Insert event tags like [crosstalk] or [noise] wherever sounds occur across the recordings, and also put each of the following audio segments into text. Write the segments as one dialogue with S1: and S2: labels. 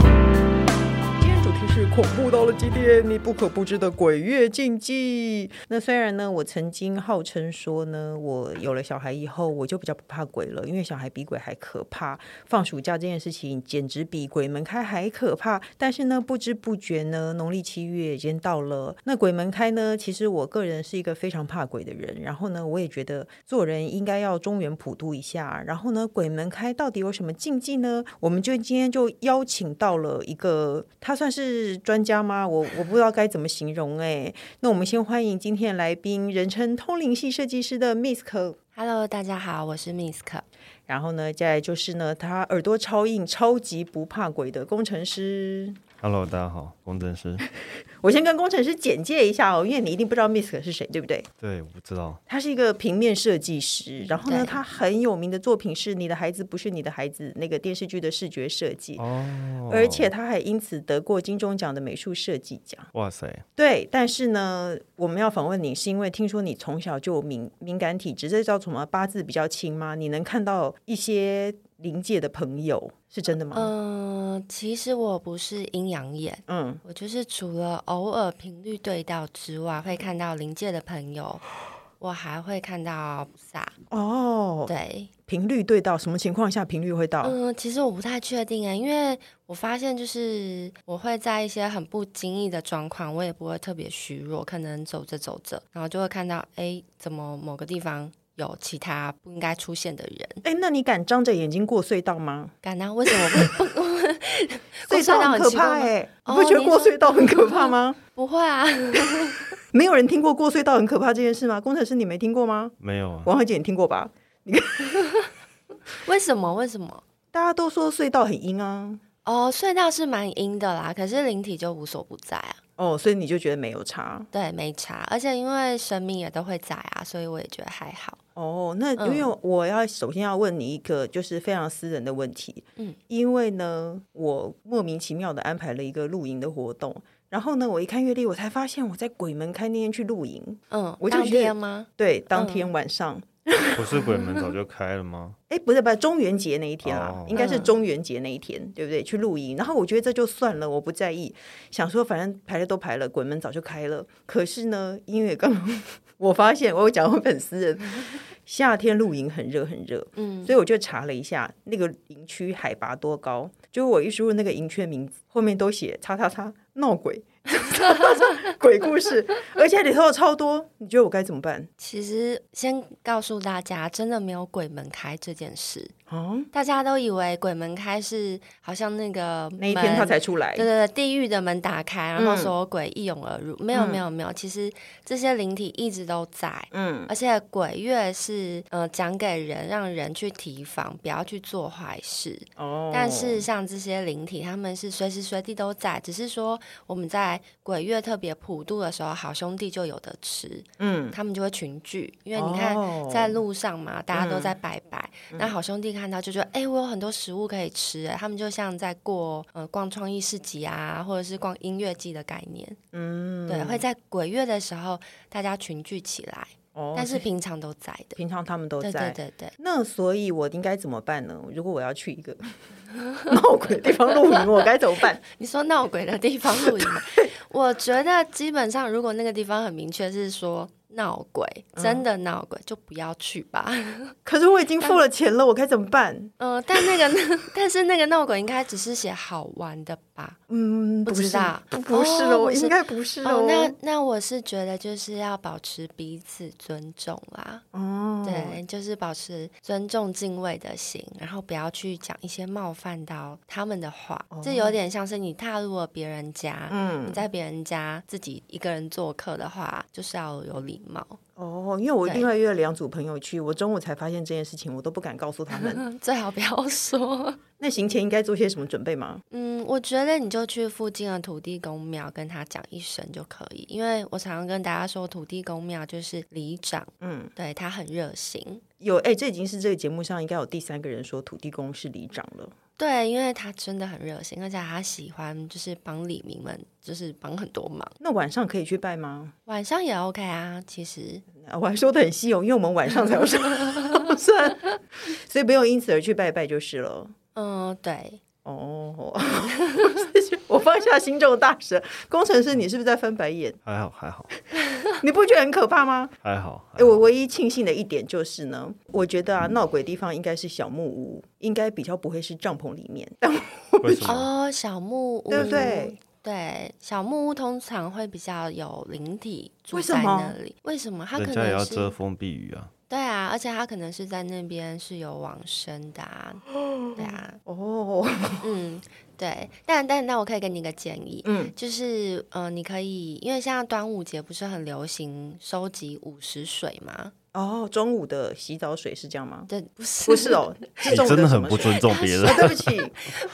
S1: 今天主题是恐怖到了极点，你不可不知的鬼月禁忌。那虽然呢，我曾经号称说呢，我有了小孩以后，我就比较不怕鬼了，因为小孩比鬼还可怕。放暑假这件事情简直比鬼门开还可怕。但是呢，不知不觉呢，农历七月已经到了。那鬼门开呢，其实我个人是一个非常怕鬼的人。然后呢，我也觉得做人应该要中原普渡一下。然后呢，鬼门开到底有什么禁忌呢？我们就今天就邀请到了一个，他算是专家吗？我我不知道该怎么形容哎、那我们先欢迎今天的来宾，人称通灵系设计师的 Misk。
S2: Hello，大家好，我是 Misk。
S1: 然后呢，再来就是呢，他耳朵超硬，超级不怕鬼的工程师。
S3: Hello，大家好，工程
S1: [laughs]
S3: 师。
S1: 我先跟工程师简介一下哦，因为你一定不知道 Misk 是谁，对不对？
S3: 对，我不知道，
S1: 他是一个平面设计师，然后呢，
S2: 对
S1: 他很有名的作品是《你的孩子不是你的孩子》那个电视剧的视觉设计，
S2: 哦
S1: 而且他还因此得过金钟奖的美术设计奖。
S3: 哇塞，
S1: 对，但是呢，我们要访问你，是因为听说你从小就有敏敏感体质，这叫什么八字比较轻吗？你能看到一些灵界的朋友，是真的吗？
S2: 嗯、其实我不是阴阳眼，
S1: 嗯，
S2: 我就是除了偶尔频率对到之外，会看到灵界的朋友，我还会看到菩萨。
S1: 哦，
S2: 对，
S1: 频率对到，什么情况下频率会到？
S2: 嗯、其实我不太确定啊，因为我发现就是我会在一些很不经意的状况，我也不会特别虚弱，可能走着走着，然后就会看到，哎，怎么某个地方有其他不应该出现的人？
S1: 哎、那你敢张着眼睛过隧道吗？
S2: 感到为什么会不 [laughs] 过
S1: 隧道很可
S2: 奇怪
S1: 怕
S2: 吗
S1: 哎、你
S2: 哦
S1: 不觉得
S2: 你
S1: 过
S2: 说
S1: 隧道很可怕吗？
S2: 不会啊。 [laughs]
S1: 没有人听过过隧道很可怕这件事吗？工程师你没听过吗？
S3: 没有啊，
S1: 王慧姐你听过吧？
S2: 为什么？为什么？
S1: 大家都说隧道很阴啊，
S2: 哦，隧道是蛮阴的啦，可是灵体就无所不在啊，
S1: 哦，所以你就觉得没有差。
S2: 对，没差。而且因为神明也都会在啊，所以我也觉得还好。
S1: 哦，那因为我要首先要问你一个就是非常私人的问题，
S2: 嗯，
S1: 因为呢，我莫名其妙的安排了一个露营的活动，然后呢，我一看月历，我才发现我在鬼门开那天去露营，
S2: 嗯，
S1: 我就
S2: 当
S1: 觉得
S2: 天吗？
S1: 对，当天晚上，
S3: 不是鬼门早就开
S1: [laughs]
S3: 了吗？
S1: 哎、不是不是中元节那一天啦，
S3: 哦
S1: 应该是
S2: 嗯
S1: 中元节那一天，对不对？去露营，然后我觉得这就算了，我不在意，想说反正排了都排了，鬼门早就开了。可是呢，因为刚刚 [laughs] 我发现我有讲我粉丝
S2: [laughs]
S1: 人，夏天露营很热很热，
S2: 嗯，
S1: 所以我就查了一下那个营区海拔多高，就我一输入那个营区的名字，后面都写叉叉叉闹鬼。 [laughs] 鬼故事，而且里头有超多，你觉得我该怎么办？
S2: 其实先告诉大家，真的没有鬼门开这件事。
S1: 哦，
S2: 大家都以为鬼门开是好像那个
S1: 那一天他
S2: 门
S1: 才出来，
S2: 对对对，地狱的门打开，然后
S1: 嗯
S2: 所有鬼一涌而入。没有
S1: 嗯
S2: 没有没有，其实这些灵体一直都在。
S1: 嗯
S2: 而且鬼月是呃讲给人，让人去提防，不要去做坏事。
S1: 哦
S2: 但是像这些灵体，他们是随时随地都在，只是说我们在鬼月特别普渡的时候，好兄弟就有的吃，
S1: 嗯，
S2: 他们就会群聚。因为你看，
S1: 哦嗯
S2: 在路上嘛，大家都在拜拜，那好兄弟看到就觉得，哎、我有很多食物可以吃、哎他们就像在过呃逛创意市集啊，或者是逛音乐季的概念。嗯，对，会在鬼月的时候大家群聚起来，
S1: 哦，
S2: 但是
S1: 所以
S2: 平常都在的。
S1: 平常他们都在。
S2: 对对对对，
S1: 那所以，我应该怎么办呢？如果我要去一个 [laughs] 闹鬼的地方露营，我该怎么办？
S2: 你说闹鬼的地方露营吗，我觉得基本上如果那个地方很明确是说闹鬼，真的闹鬼、就不要去吧。 [laughs]
S1: 可是我已经付了钱了，我该怎么办？
S2: 嗯、但那个 [laughs] 但是那个闹鬼应该只是写好玩的吧？
S1: 嗯，
S2: 不
S1: 是
S2: 知道
S1: 不不是
S2: 哦
S1: 了，我
S2: 不是
S1: 应该不是
S2: 哦，那
S1: 哦。
S2: 那我是觉得就是要保持彼此尊重啦，
S1: 哦，
S2: 对，就是保持尊重敬畏的心，然后不要去讲一些冒犯到他们的话，这有点像是你踏入了别人家，
S1: 哦嗯
S2: 你，在别人家自己一个人做客的话，就是要有礼貌。 [laughs]
S1: 哦，因为我
S2: 对
S1: 另外约了两组朋友去，我中午才发现这件事情，我都不敢告诉他们。
S2: [laughs] 最好不要说。 [laughs]
S1: 那行前应该做些什么准备吗？
S2: 嗯，我觉得你就去附近的土地公庙跟他讲一声就可以，因为我常常跟大家说，土地公庙就是里长，
S1: 嗯，
S2: 对他很热心。
S1: 有哎、这已经是这个节目上应该有第三个人说土地公是里长了。
S2: 对，因为他真的很热心，而且他喜欢就是帮李明们，就是帮很多忙。
S1: 那晚上可以去拜吗？
S2: 晚上也 OK 啊，其实
S1: 啊我还说的很稀有，因为我们晚上才有上算，所以不用因此而去拜拜就是了。
S2: 嗯，对，
S1: 哦， [laughs] 我放下心中的大神，工程师，你是不是在翻白眼？
S3: 还好还好
S1: 你不觉得很可怕吗？
S3: 还好。
S1: 哎，我唯一庆幸的一点就是呢，我觉得啊，闹鬼地方应该是小木屋，应该比较不会是帐篷里面。 [laughs] 但
S3: 为什么？
S2: 哦，小木屋，
S1: 啊对不对？
S2: 对小木屋通常会比较有灵体住
S1: 为什
S2: 在
S1: 么
S2: 那里，为什么？他可
S3: 人家也
S2: 能
S3: 要
S2: 是
S3: 遮风避雨啊。
S2: 对啊，而且他可能是在那边是有往生
S1: [gasps]
S2: 的啊，对啊，
S1: 哦，
S2: 嗯，对，但但但我可以给你一个建议，
S1: 嗯，
S2: 就是呃，你可以因为现在端午节不是很流行收集午时水吗？
S1: 哦，中午的洗澡水是这样吗？
S2: 对，不是
S1: 不是，哦，是
S3: 你
S1: 中午
S3: 哎真的
S1: 什
S3: 很
S1: 么
S3: 不
S1: 水
S3: 尊重别
S1: [laughs]
S3: 人
S1: 啊，对不起，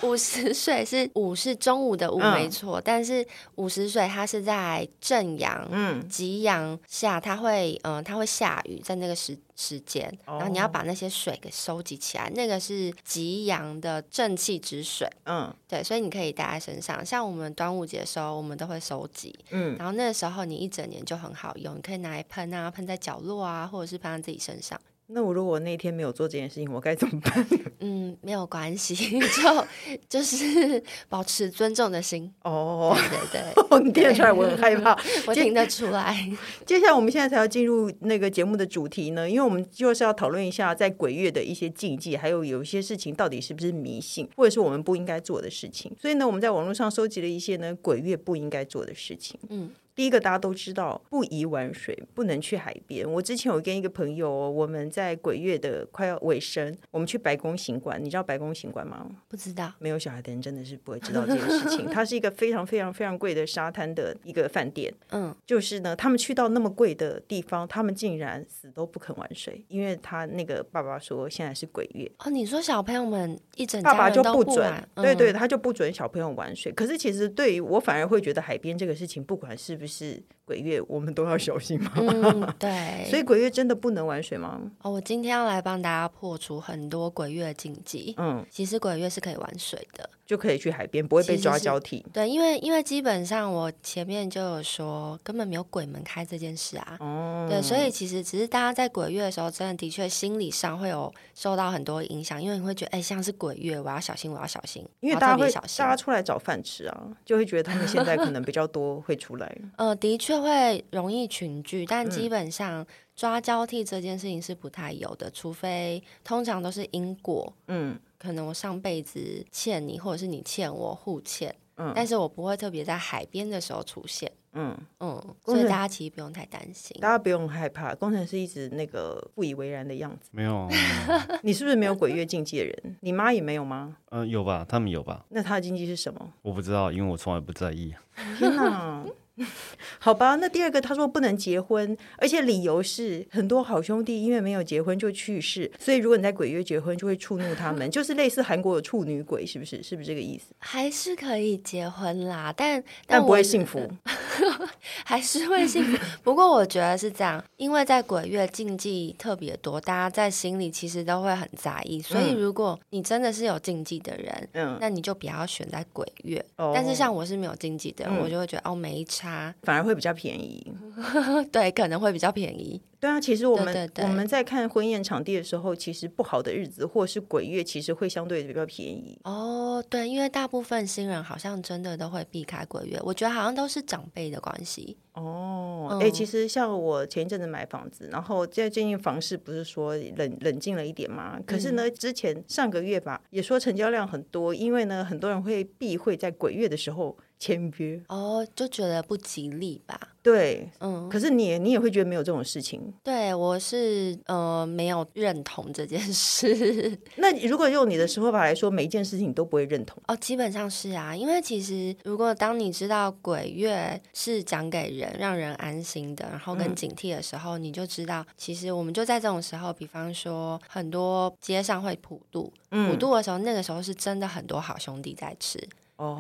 S2: 午时水是午是中午的午
S1: 嗯
S2: 没错，但是午时水它是在正阳。
S1: 嗯，
S2: 极阳下，它会，嗯、它会下雨，在那个时时间，然后你
S1: 哦
S2: 要把那些水给收集起来，那个是极阳的正气之水，
S1: 嗯
S2: 对，所以你可以带在身上。像我们端午节的时候，我们都会收集，
S1: 嗯，
S2: 然后那个时候你一整年就很好用，你可以拿来喷啊，喷在角落啊，或者是喷在自己身上。
S1: 那我如果那天没有做这件事情，我该怎么办？ [laughs]
S2: 嗯，没有关系， [laughs] 就就是 [laughs] 保持尊重的心。
S1: 哦
S2: 对，
S1: [laughs]
S2: 对对，
S1: 你听得出来我很害怕。
S2: 我听得出来。
S1: 接下来我们现在才要进入那个节目的主题呢，因为我们就是要讨论一下在鬼月的一些禁忌，还有有一些事情到底是不是迷信，或者是我们不应该做的事情。所以呢，我们在网络上收集了一些呢鬼月不应该做的事情。
S2: 嗯，
S1: 第一个大家都知道，不宜玩水，不能去海边。我之前有跟一个朋友、哦，我们在鬼月的快要尾声，我们去白宫行馆，你知道白宫行馆吗？
S2: 不知道，
S1: 没有小孩的人真的是不会知道这件事
S2: [laughs]
S1: 情。它是一个非常非常非常贵的沙滩的一个饭店，
S2: 嗯，
S1: 就是呢，他们去到那么贵的地方，他们竟然死都不肯玩水，因为他那个爸爸说现在是鬼月，
S2: 哦，你说小朋友们一整
S1: 爸
S2: 家
S1: 爸
S2: 人
S1: 就
S2: 都不
S1: 准
S2: 玩，，
S1: 对对，
S2: 嗯，
S1: 他就不准小朋友玩水。可是其实对于我反而会觉得海边这个事情，不管是不是鬼月，我们都要小心嘛。
S2: 嗯，对。
S1: [laughs] 所以鬼月真的不能玩水吗？
S2: 哦，我今天要来帮大家破除很多鬼月的禁忌。
S1: 嗯，
S2: 其实鬼月是可以玩水的，
S1: 就可以去海边，不会被
S2: 其实
S1: 抓
S2: 是
S1: 交替。
S2: 对，因为因为基本上我前面就有说，根本没有鬼门开这件事啊。
S1: 哦，
S2: 对，所以其实只是大家在鬼月的时候，真的的确心理上会有受到很多影响，因为你会觉得，哎、像是鬼月，我要小心，我要小心，
S1: 因为
S2: 我要
S1: 大家
S2: 特别
S1: 会
S2: 小心
S1: 大。家出来找饭吃啊，就会觉得他们现在可能比较多会出来。
S2: 呃，的确会容易群聚，但
S1: 嗯
S2: 基本上抓交替这件事情是不太有的，除非通常都是因果，
S1: 嗯
S2: 可能我上辈子欠你，或者是你欠我互欠，
S1: 嗯
S2: 但是我不会特别在海边的时候出现。
S1: 嗯，
S2: 嗯，
S1: 工
S2: 所以
S1: 人
S2: 大家其实不用太担心
S1: 大。家不用害怕，工程师一直那个不以为然的
S2: [laughs]
S1: 样子。
S3: 没有， [laughs]
S1: 你是不是没有鬼月禁忌的人？你妈也没有吗？
S3: 嗯，有吧？他们有吧？
S1: 那她的禁忌是什
S2: [laughs]
S1: 么？
S3: 我不知道，因为我从来不在意。啊
S1: 天哪！好吧，那第二个他说不能结婚，而且理由是很多好兄弟因为没有结婚就去世，所以如果你在鬼月结婚就会触怒他
S2: [laughs]
S1: 们，就是类似韩国有处女鬼，是不是？是不是这个意思？
S2: 还是可以结婚啦，但
S1: 但不
S2: 我
S1: 会幸福。
S2: [laughs] 还是会幸福。不过我觉得是这样，因为在鬼月禁忌特别多，大家在心里其实都会很在意。所以如果你真的是有禁忌的人，
S1: 嗯，
S2: 那你就不要选在鬼月。
S1: 哦
S2: 但是像我是没有禁忌的人，
S1: 嗯
S2: 我就会觉得哦没差， [laughs]
S1: 反而会比较便宜。
S2: 对，可能会比较便宜。
S1: 对啊，其实我
S2: 对
S1: 们
S2: 对对
S1: 我们在看婚宴场地的时候，其实不好的日子或是鬼月，其实会相对比较便宜。
S2: 哦，对，因为大部分新人好像真的都会避开鬼月，我觉得好像都是长辈的关系。
S1: 哦，哎、
S2: 嗯
S1: 其实像我前一阵子买房子，然后在最近房市不是说冷冷静了一点嘛？可是
S2: 嗯
S1: 呢，之前上个月吧，也说成交量很多，因为呢，很多人会避讳在鬼月的时候签约。
S2: 哦，就觉得不吉利吧？
S1: 对，
S2: 嗯，
S1: 可是你也你也会觉得没有这种事情。
S2: 对，我是呃没有认同这件事。
S1: 那如果用你的说法来说，每一件事情你都不会认同。
S2: 哦，基本上是啊，因为其实如果当你知道鬼月是讲给人让人安心的，然后
S1: 嗯
S2: 跟警惕的时候，你就知道，其实我们就在这种时候，比方说很多街上会普渡，普
S1: 嗯，
S2: 渡的时候，那个时候是真的很多好兄弟在吃，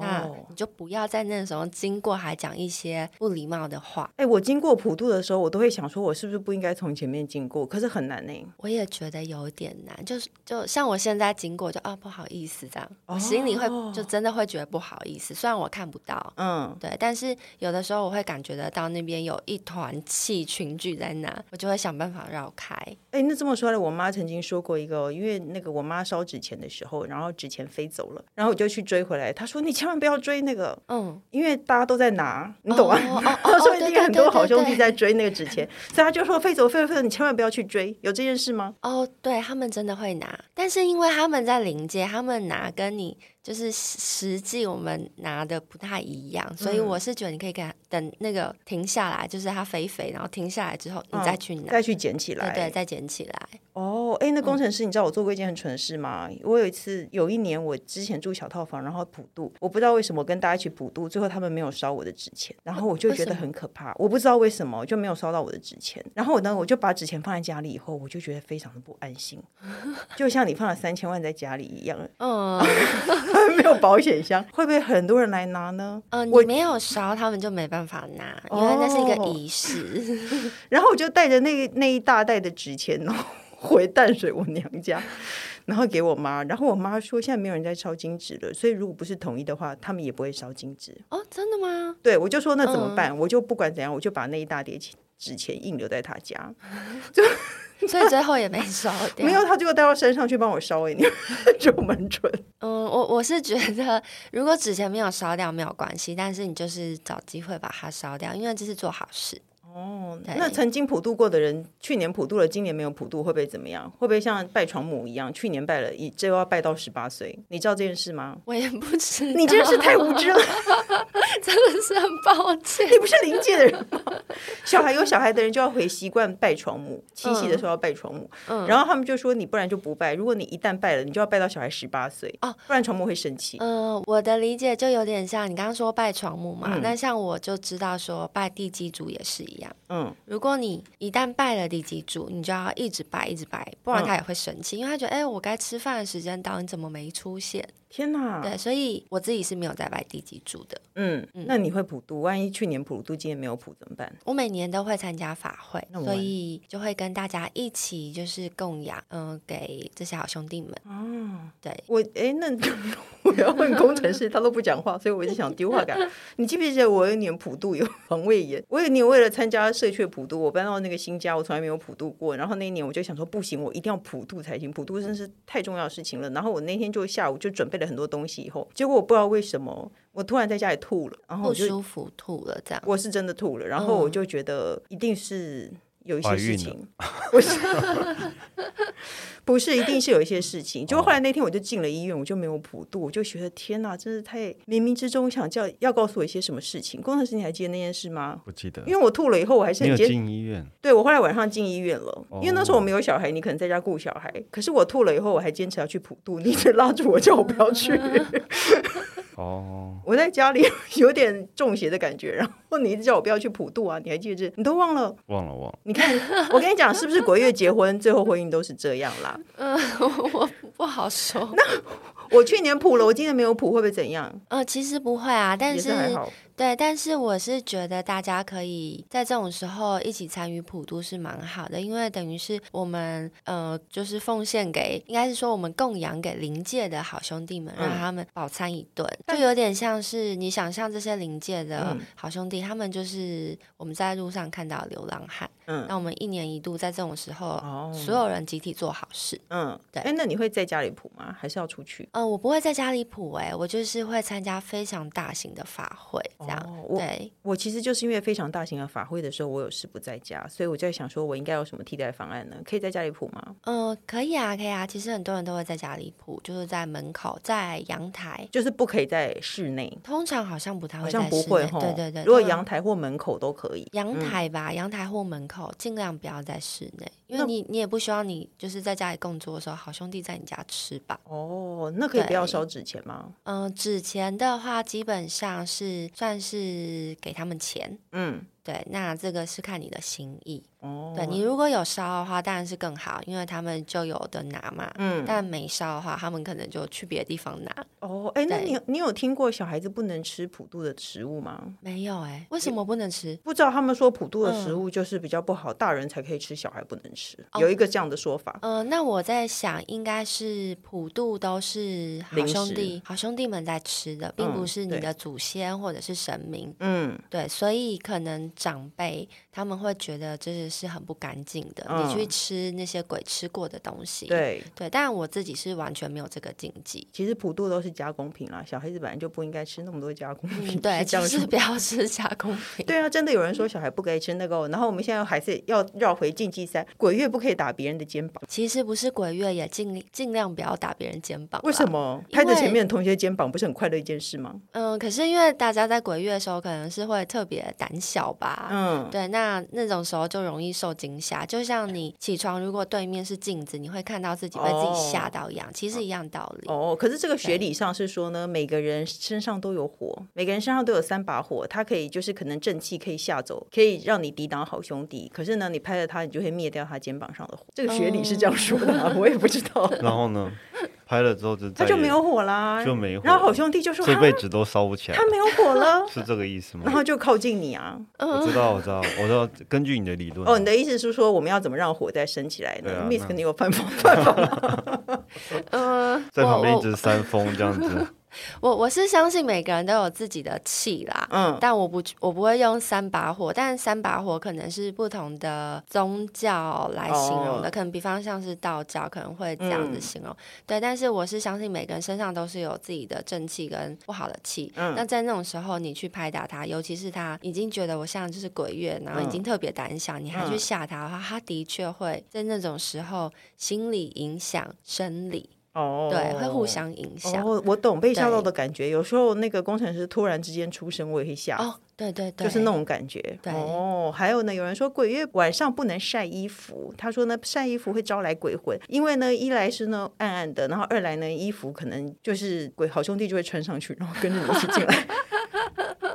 S2: 那
S1: 哦。
S2: 你就不要在那时候经过还讲一些不礼貌的话。
S1: 哎、我经过普渡的时候，我都会想说，我是不是不应该从前面经过？可是很难呢、
S2: 我也觉得有点难，就是就像我现在经过就啊不好意思这样，我心里会
S1: 哦
S2: 就真的会觉得不好意思，虽然我看不到，
S1: 嗯，
S2: 对，但是有的时候我会感觉得到那边有一团气群聚在那，我就会想办法绕开。
S1: 哎、那这么说来，我妈曾经说过一个哦，因为那个我妈烧纸钱的时候，然后纸钱飞走了，然后我就去追回来。她说：“你千万不要追那个，
S2: 嗯，
S1: 因为大家都在拿，你懂吗？”
S2: 哦哦哦
S1: [laughs] 她说：“
S2: 对
S1: 一
S2: 对
S1: 定很
S2: 对
S1: 多
S2: 对
S1: 好兄弟
S2: 对
S1: 在追那个纸钱。”所以她就说：“飞走，飞走，飞走，你千万不要去追。”有这件事吗？
S2: 哦，对他们真的会拿，但是因为他们在临界，他们拿跟你就是实实际我们拿的不太一样，所以
S1: 嗯
S2: 我是觉得你可以给他等那个停下来，就是它肥肥，然后停下来之后你再去拿，
S1: 嗯再去捡起来。
S2: 嗯对对，再捡起
S1: [laughs]
S2: 来。
S1: 哦，哎，那
S2: 嗯
S1: 工程师，你知道我做过一件很蠢的事吗？我有一次，有一年我之前住小套房，然后普渡，我不知道为什么我跟大家一起普渡，最后他们没有烧我的纸钱，然后我就
S2: 为
S1: 觉得
S2: 什么
S1: 很可怕，我不知道为什么就没有烧到我的纸钱。然后呢，我就把纸钱放在家里以后，我就觉得非常的不安
S2: [laughs]
S1: 心，就像你放了三千万在家里一样， [laughs]
S2: 嗯
S1: 没有保险箱，会不会很多人来拿呢？
S2: 嗯，
S1: 我哦
S2: 你没有烧，他们就没办法拿，因为那是一个
S1: [laughs]
S2: 仪式。
S1: 然后我就带着那那一大袋的纸钱，然后 [laughs] 回淡水我娘家，然后给我妈。然后我妈说，现在没有人在烧金纸了，所以如果不是统一的话，他们也不会烧金纸。
S2: 哦，真的吗？
S1: 对，我就说那怎么办？我就不管怎样，我就把那一大叠钱纸钱硬留在她家，
S2: 所以最后也没烧掉。
S1: 没有，她就带到山上去帮我烧、欸。你 [laughs] 就蛮蠢。
S2: 嗯，我我是觉得，如果纸钱没有烧掉没有关系，但是你就是找机会把它烧掉，因为这是做好事。
S1: 哦，
S2: 对
S1: 那曾经普渡过的人，去年普渡了，今年没有普渡，会不会怎么样？会不会像拜床母一样，去年拜了，一这要拜到十八岁？你知道这件事吗？
S2: 我也不知道，
S1: 你真的是太无知了。
S2: 真的是很抱歉。
S1: 你不是临界的人吗？ [laughs] 小孩有小孩的人就要回习惯拜床母，七
S2: 嗯
S1: 夕的时候要拜床母，然后他们就说你不然就不拜，如果你一旦拜了，你就要拜到小孩十八岁
S2: 哦，
S1: 不然床母会生气。
S2: 嗯、我的理解就有点像你刚刚说拜床木嘛，那像我就知道说拜地基主也是一样。
S1: 嗯，
S2: 如果你一旦拜了地基主，你就要一直拜一直拜，不
S1: 嗯
S2: 然他也会生气，因为他觉得哎、我该吃饭的时间到，你怎么没出现？
S1: 天哪，
S2: 对，所以我自己是没有在拜地基主的。
S1: 嗯，那你会普渡？万一去年普渡，今年没有普怎么办？
S2: 我每年都会参加法会
S1: 那，我
S2: 所以就会跟大家一起就是供养，嗯、给这些好兄弟们。
S1: 哦
S2: 对，
S1: 我哎，那我要问工程师，他都不讲话，所以我就想丢话感。你记不记得我有一年普渡有防胃炎？我有一年为了参加社区的普渡，我搬到那个新家，我从来没有普渡过。然后那一年我就想说，不行，我一定要普渡才行，普渡真是太重要的事情了。然后我那天就下午就准备了很多东西，以后结果我不知道为什么，我突然在家里吐了，然后
S2: 不
S1: 我就
S2: 舒服吐了这样。
S1: 我是真的吐了，然后我就觉得一定是有一些
S3: 怀
S1: 事
S3: 孕
S1: 情， [laughs] 不是，不是，一定是有一些事情。就后
S3: 哦
S1: 来那天我就进了医院，我就没有普渡，我就觉得天哪，真是太冥冥之中想叫要告诉我一些什么事情。工程师，你还记得那件事吗？
S3: 不记得。
S1: 因为我吐了以后，我还是
S3: 你
S1: 很
S3: 有
S1: 坚
S3: 哦进医院？
S1: 对我后来晚上进医院了，因为那时候我没有小孩，你可能在家顾小孩。可是我吐了以后，我还坚持要去普渡，你一直拉住我叫我不要去。
S3: 哦，
S1: 我在家里 [laughs] 有点中邪的感觉，然后你一直叫我不要去普渡啊，你还记得这？你都忘了？
S3: 忘了忘了。
S1: 你看，我跟你讲，是不是国乐结婚最后婚姻都是这样啦？
S2: 嗯、我不好说。
S1: 我去年普了，我今年没有普，会不会怎样？
S2: 呃，其实不会啊，但
S1: 也
S2: 是
S1: 是还好。
S2: 对，但是我是觉得大家可以在这种时候一起参与普渡是蛮好的，因为等于是我们呃，就是奉献给，应该是说我们供养给灵界的好兄弟们，让
S1: 嗯
S2: 他们饱餐一顿，就有点像是你想象这些灵界
S1: 嗯
S2: 的好兄弟，他们就是我们在路上看到的流浪汉，
S1: 嗯
S2: 那我们一年一度在这种时候，
S1: 哦
S2: 所有人集体做好事。
S1: 嗯，
S2: 对
S1: 哎，那你会在家里普吗？还是要出去？
S2: 嗯、我不会在家里普哎、我就是会参加非常大型的法会这样，
S1: 哦我
S2: 对，
S1: 我其实就是因为非常大型的法会的时候，我有事不在家，所以我就在想说，我应该有什么替代方案呢？可以在家里普吗？
S2: 嗯，可以啊，可以啊。其实很多人都会在家里谱，就是在门口，在阳台。
S1: 就是不可以在室内，
S2: 通常好像不太
S1: 好
S2: 会在室
S1: 像
S2: 内，
S1: 不会哈。
S2: 对对对。嗯
S1: 如果
S2: 通常
S1: 阳嗯台或门口都可以。
S2: 阳台吧，阳台或门口，尽量不要在室内，因为你你也不希望你就是在家里工作的时候，好兄弟在你家吃呃吧。
S1: 哦，那可以不要
S2: 对
S1: 烧纸钱吗？
S2: 嗯、纸钱的话，基本上是算是给他们钱，
S1: 嗯，
S2: 对，那这个是看你的心意。
S1: 哦，
S2: 对你如果有烧的话，当然是更好，因为他们就有的拿嘛。
S1: 嗯，
S2: 但没烧的话，他们可能就去别的地方拿。
S1: 哦，哎，那
S2: 对
S1: 你你有听过小孩子不能吃普渡的食物吗？
S2: 没有哎、为什么不能吃？
S1: 不知道他们说普渡的食
S2: 嗯
S1: 物就是比较不好，大人才可以吃，小孩不能吃，
S2: 哦
S1: 有一个这样的说法。
S2: 呃，那我在想，应该是普渡都是好
S1: 零
S2: 兄
S1: 食
S2: 弟、好兄弟们在吃的，并不
S1: 嗯
S2: 是你
S1: 对
S2: 的祖先或者是神明。
S1: 嗯，
S2: 对，所以可能长辈他们会觉得这是很不干净的，你去
S1: 嗯
S2: 吃那些鬼吃过的东西。
S1: 对，
S2: 对，但我自己是完全没有这个禁
S1: [laughs]
S2: 忌。
S1: 其实普渡都是加工品啦，小孩子本来就不应该吃那么多加工品，
S2: 嗯，对，
S1: 是 [laughs] 这
S2: 就
S1: 样
S2: 是
S1: 说。
S2: 不要吃 [laughs] 加工品。
S1: 对啊，真的有人说小孩不该吃那个哦，然后我们现在还是要绕回禁忌三，鬼月不可以打别人的肩膀，
S2: 其实不是鬼月，也尽尽量不要打别人肩膀。
S1: 为什？么？
S2: 因
S1: 拍着
S2: 为
S1: 前面的同学肩膀不是很快乐一件事吗？
S2: 嗯，可是因为大家在鬼月的时候，可能是会特别胆小吧。
S1: 嗯，
S2: 对，那那种时候就容易受惊吓，就像你起床，如果对面是镜子，你会看到自己被自己吓到一样，其实一样道理。
S1: 哦，可是这个学理上是说呢，每个人身上都有火，每个人身上都有三把火，它可以就是可能正气可以吓走，可以让你抵挡好兄弟。可是呢，你拍了他，你就会灭掉他肩膀上的火。这个学理是这样说的吗，啊我也不知道。
S3: 然后呢，拍了之后就
S1: 他
S3: 再
S1: 就
S3: 也
S1: 没有火啦，
S3: 就没火
S1: 然后好兄弟就说
S3: 这
S1: 他
S3: 辈子都烧不起来，
S1: 他，没有火了
S3: [laughs] 是这个意思吗
S1: 然？后就靠近你啊。
S3: 我知道，我知道，我知道。根据你的理论，啊
S1: 哦，你的意思是说我们要怎么让火再升起来
S3: 对
S1: 呢
S3: 啊
S1: ？Miss
S3: 那
S1: 肯定有办法办法吗。
S2: 嗯，
S3: 在旁
S1: 哦
S3: 边一
S2: 我
S3: 直扇风这样子，
S1: [laughs]
S2: 我我我是相信每个人都有自己的气啦。
S1: 嗯，
S2: 但我不我不会用三把火，但三把火可能是不同的宗教来形容的，
S1: 哦
S2: 可能比方像是道教可能会这样子
S1: 嗯
S2: 形容，对。但是我是相信每个人身上都是有自己的正气跟不好的气，
S1: 嗯
S2: 那在那种时候你去拍打他，尤其是他已经觉得我像就是鬼月，然后已
S1: 嗯
S2: 经特别胆小，你还去
S1: 嗯
S2: 吓他的话，他的确会在那种时候心理影响生理，
S1: 哦，
S2: 对，会互。相影响。
S1: 哦，我懂被吓到
S2: 对
S1: 的感觉。有时候那个工程师突然之间出声，我也会吓。
S2: 哦，对对对，
S1: 就是那种感觉。
S2: 对
S1: 哦，还有呢，有人说鬼月晚上不能晒衣服，他说呢晒衣服会招来鬼魂，因为呢一来是呢暗暗的，然后二来呢衣服可能就是鬼好兄弟就会穿上去，然后跟着你一起进
S2: [laughs]
S1: 来。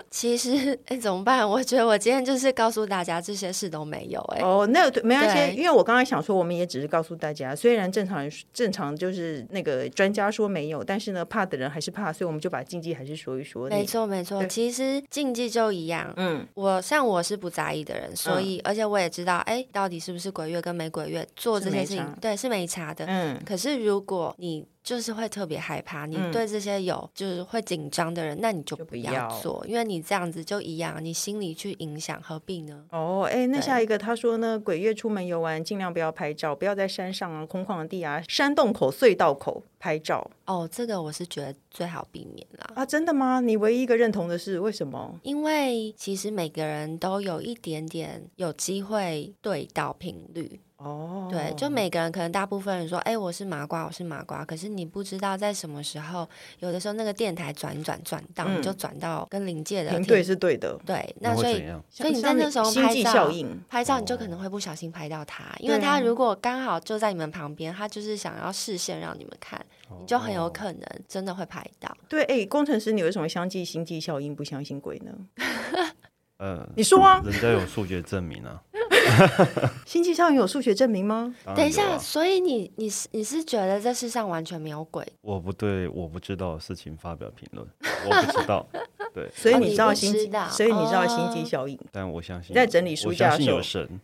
S2: 其实， [laughs] 哎，怎么办？我觉得我今天就是告诉大家这些事都没有、哎、
S1: 哦，那对没关
S2: 对
S1: 系，因为我刚才想说，我们也只是告诉大家，虽然正常人正常就是那个专家说没有，但是呢怕的人还是怕，所以我们就把禁忌还是说一说。
S2: 没
S1: 你
S2: 错没错。
S1: 对
S2: 其实禁忌就一样，
S1: 嗯，
S2: 我像我是不在意的人，所以、而且我也知道，哎，到底是不是鬼月跟没鬼月做这
S1: 是
S2: 些
S1: 没
S2: 事情
S1: 差，
S2: 对，是没差的。
S1: 嗯
S2: 可是如果你就是会特别害怕，你
S1: 嗯
S2: 对这些有就是会紧张的人，那你就
S1: 就
S2: 不
S1: 不
S2: 要
S1: 要
S2: 做，因为你这样子就一样，你心里去影响，何必呢？
S1: 哦，哎，那
S2: 对
S1: 下一个他说呢，鬼月出门游玩尽量不要拍照，不要在山上啊、空旷的地啊、山洞口、隧道口拍照
S2: 哦，这个我是觉得最好避免啦。
S1: 啊！真的吗？你唯一一个认同的是为什么？
S2: 因为其实每个人都有一点点有机会对到频率，
S1: 哦，
S2: 对，就每个人可能大部分人说，哎、我是麻瓜，我是麻瓜，可是你不知道在什么时候，有的时候那个电台转一转转到，
S1: 嗯
S2: 你就转到跟临界的
S1: 平
S2: 听
S1: 对是对的，
S2: 对，那
S3: 那
S2: 所
S3: 会怎
S2: 以
S3: 样？
S2: 所以你在
S1: 像
S2: 那时候
S1: 星
S2: 拍
S1: 际
S2: 照
S1: 效应，
S2: 拍照你
S3: 哦
S2: 就可能会不小心拍到他，因为
S1: 对
S2: 他
S1: 啊
S2: 如果刚好就在你们旁边，他就是想要视线让你们看，你就很
S3: 哦
S2: 有可能真的会拍到。
S1: 对，哎，工程师，你为什么相信星际效应，不相信鬼呢？
S3: 嗯，
S1: 你说啊，
S3: 人家有数学证明
S1: [laughs]
S3: 啊。
S1: 星际效应有数学证明吗？
S3: 当然
S2: 等一
S3: 有
S2: 下，
S3: 啊
S2: 所以你你是你是觉得这世上完全没有鬼
S3: 我不对我不知道的事情发表
S1: [laughs]
S3: 评论，我不知道。对，
S1: 所以
S2: 哦
S1: 你
S2: 你
S1: 知道
S2: 不
S1: 星
S2: 知
S1: 际
S2: 道，
S1: 所以你知道星际
S2: 哦
S1: 效应。
S3: 但我相信
S1: 在整理书
S3: 我
S1: 架
S3: 相
S1: 的
S3: 信
S1: 时候
S3: 有神。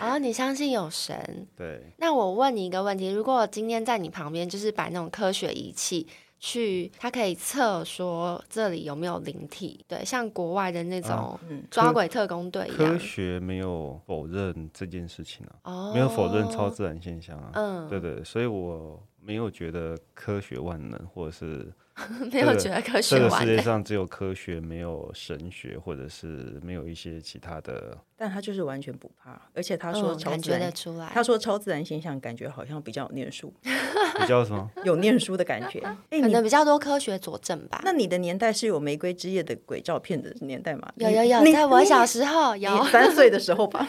S2: 哦，你相信有神？
S3: 对，
S2: 那我问你一个问题：如果今天在你旁边就是摆那种科学仪器去，它可以测说这里有没有灵体，对，像国外的那种抓鬼特工
S1: 哎
S2: 队一
S3: 啊科
S2: 样。
S3: 学没有否认这件事情啊，
S2: 哦，
S3: 没有否认超自然现象啊。
S1: 哦
S2: 嗯
S3: 对对，所以我没有觉得科学万能，或者是
S2: [laughs] 没有觉得科
S3: 这
S2: 学
S3: 个世
S2: 完
S3: 界
S2: 美。
S3: 上只有科学，没有神学，或者是没有一些其他的。
S1: 但他就是完全不怕，而且他说
S2: 嗯，
S1: 超
S2: 感
S1: 自
S2: 觉
S1: 然，
S2: 得出来
S1: 他。说超自然现象感觉好像比较有念书，
S3: 你叫什
S1: [laughs]
S3: 么？
S1: 有念书的感
S2: [laughs]
S1: 觉。哎，
S2: 可
S1: 你
S2: 能比较多科学佐证吧
S1: 那。你的年代是有玫瑰之夜的鬼照片的年代吗？
S2: 有
S1: 你
S2: 有有，
S1: 你
S2: 在我
S1: 你
S2: 小时候有， [laughs]
S1: 你三岁的时候吧？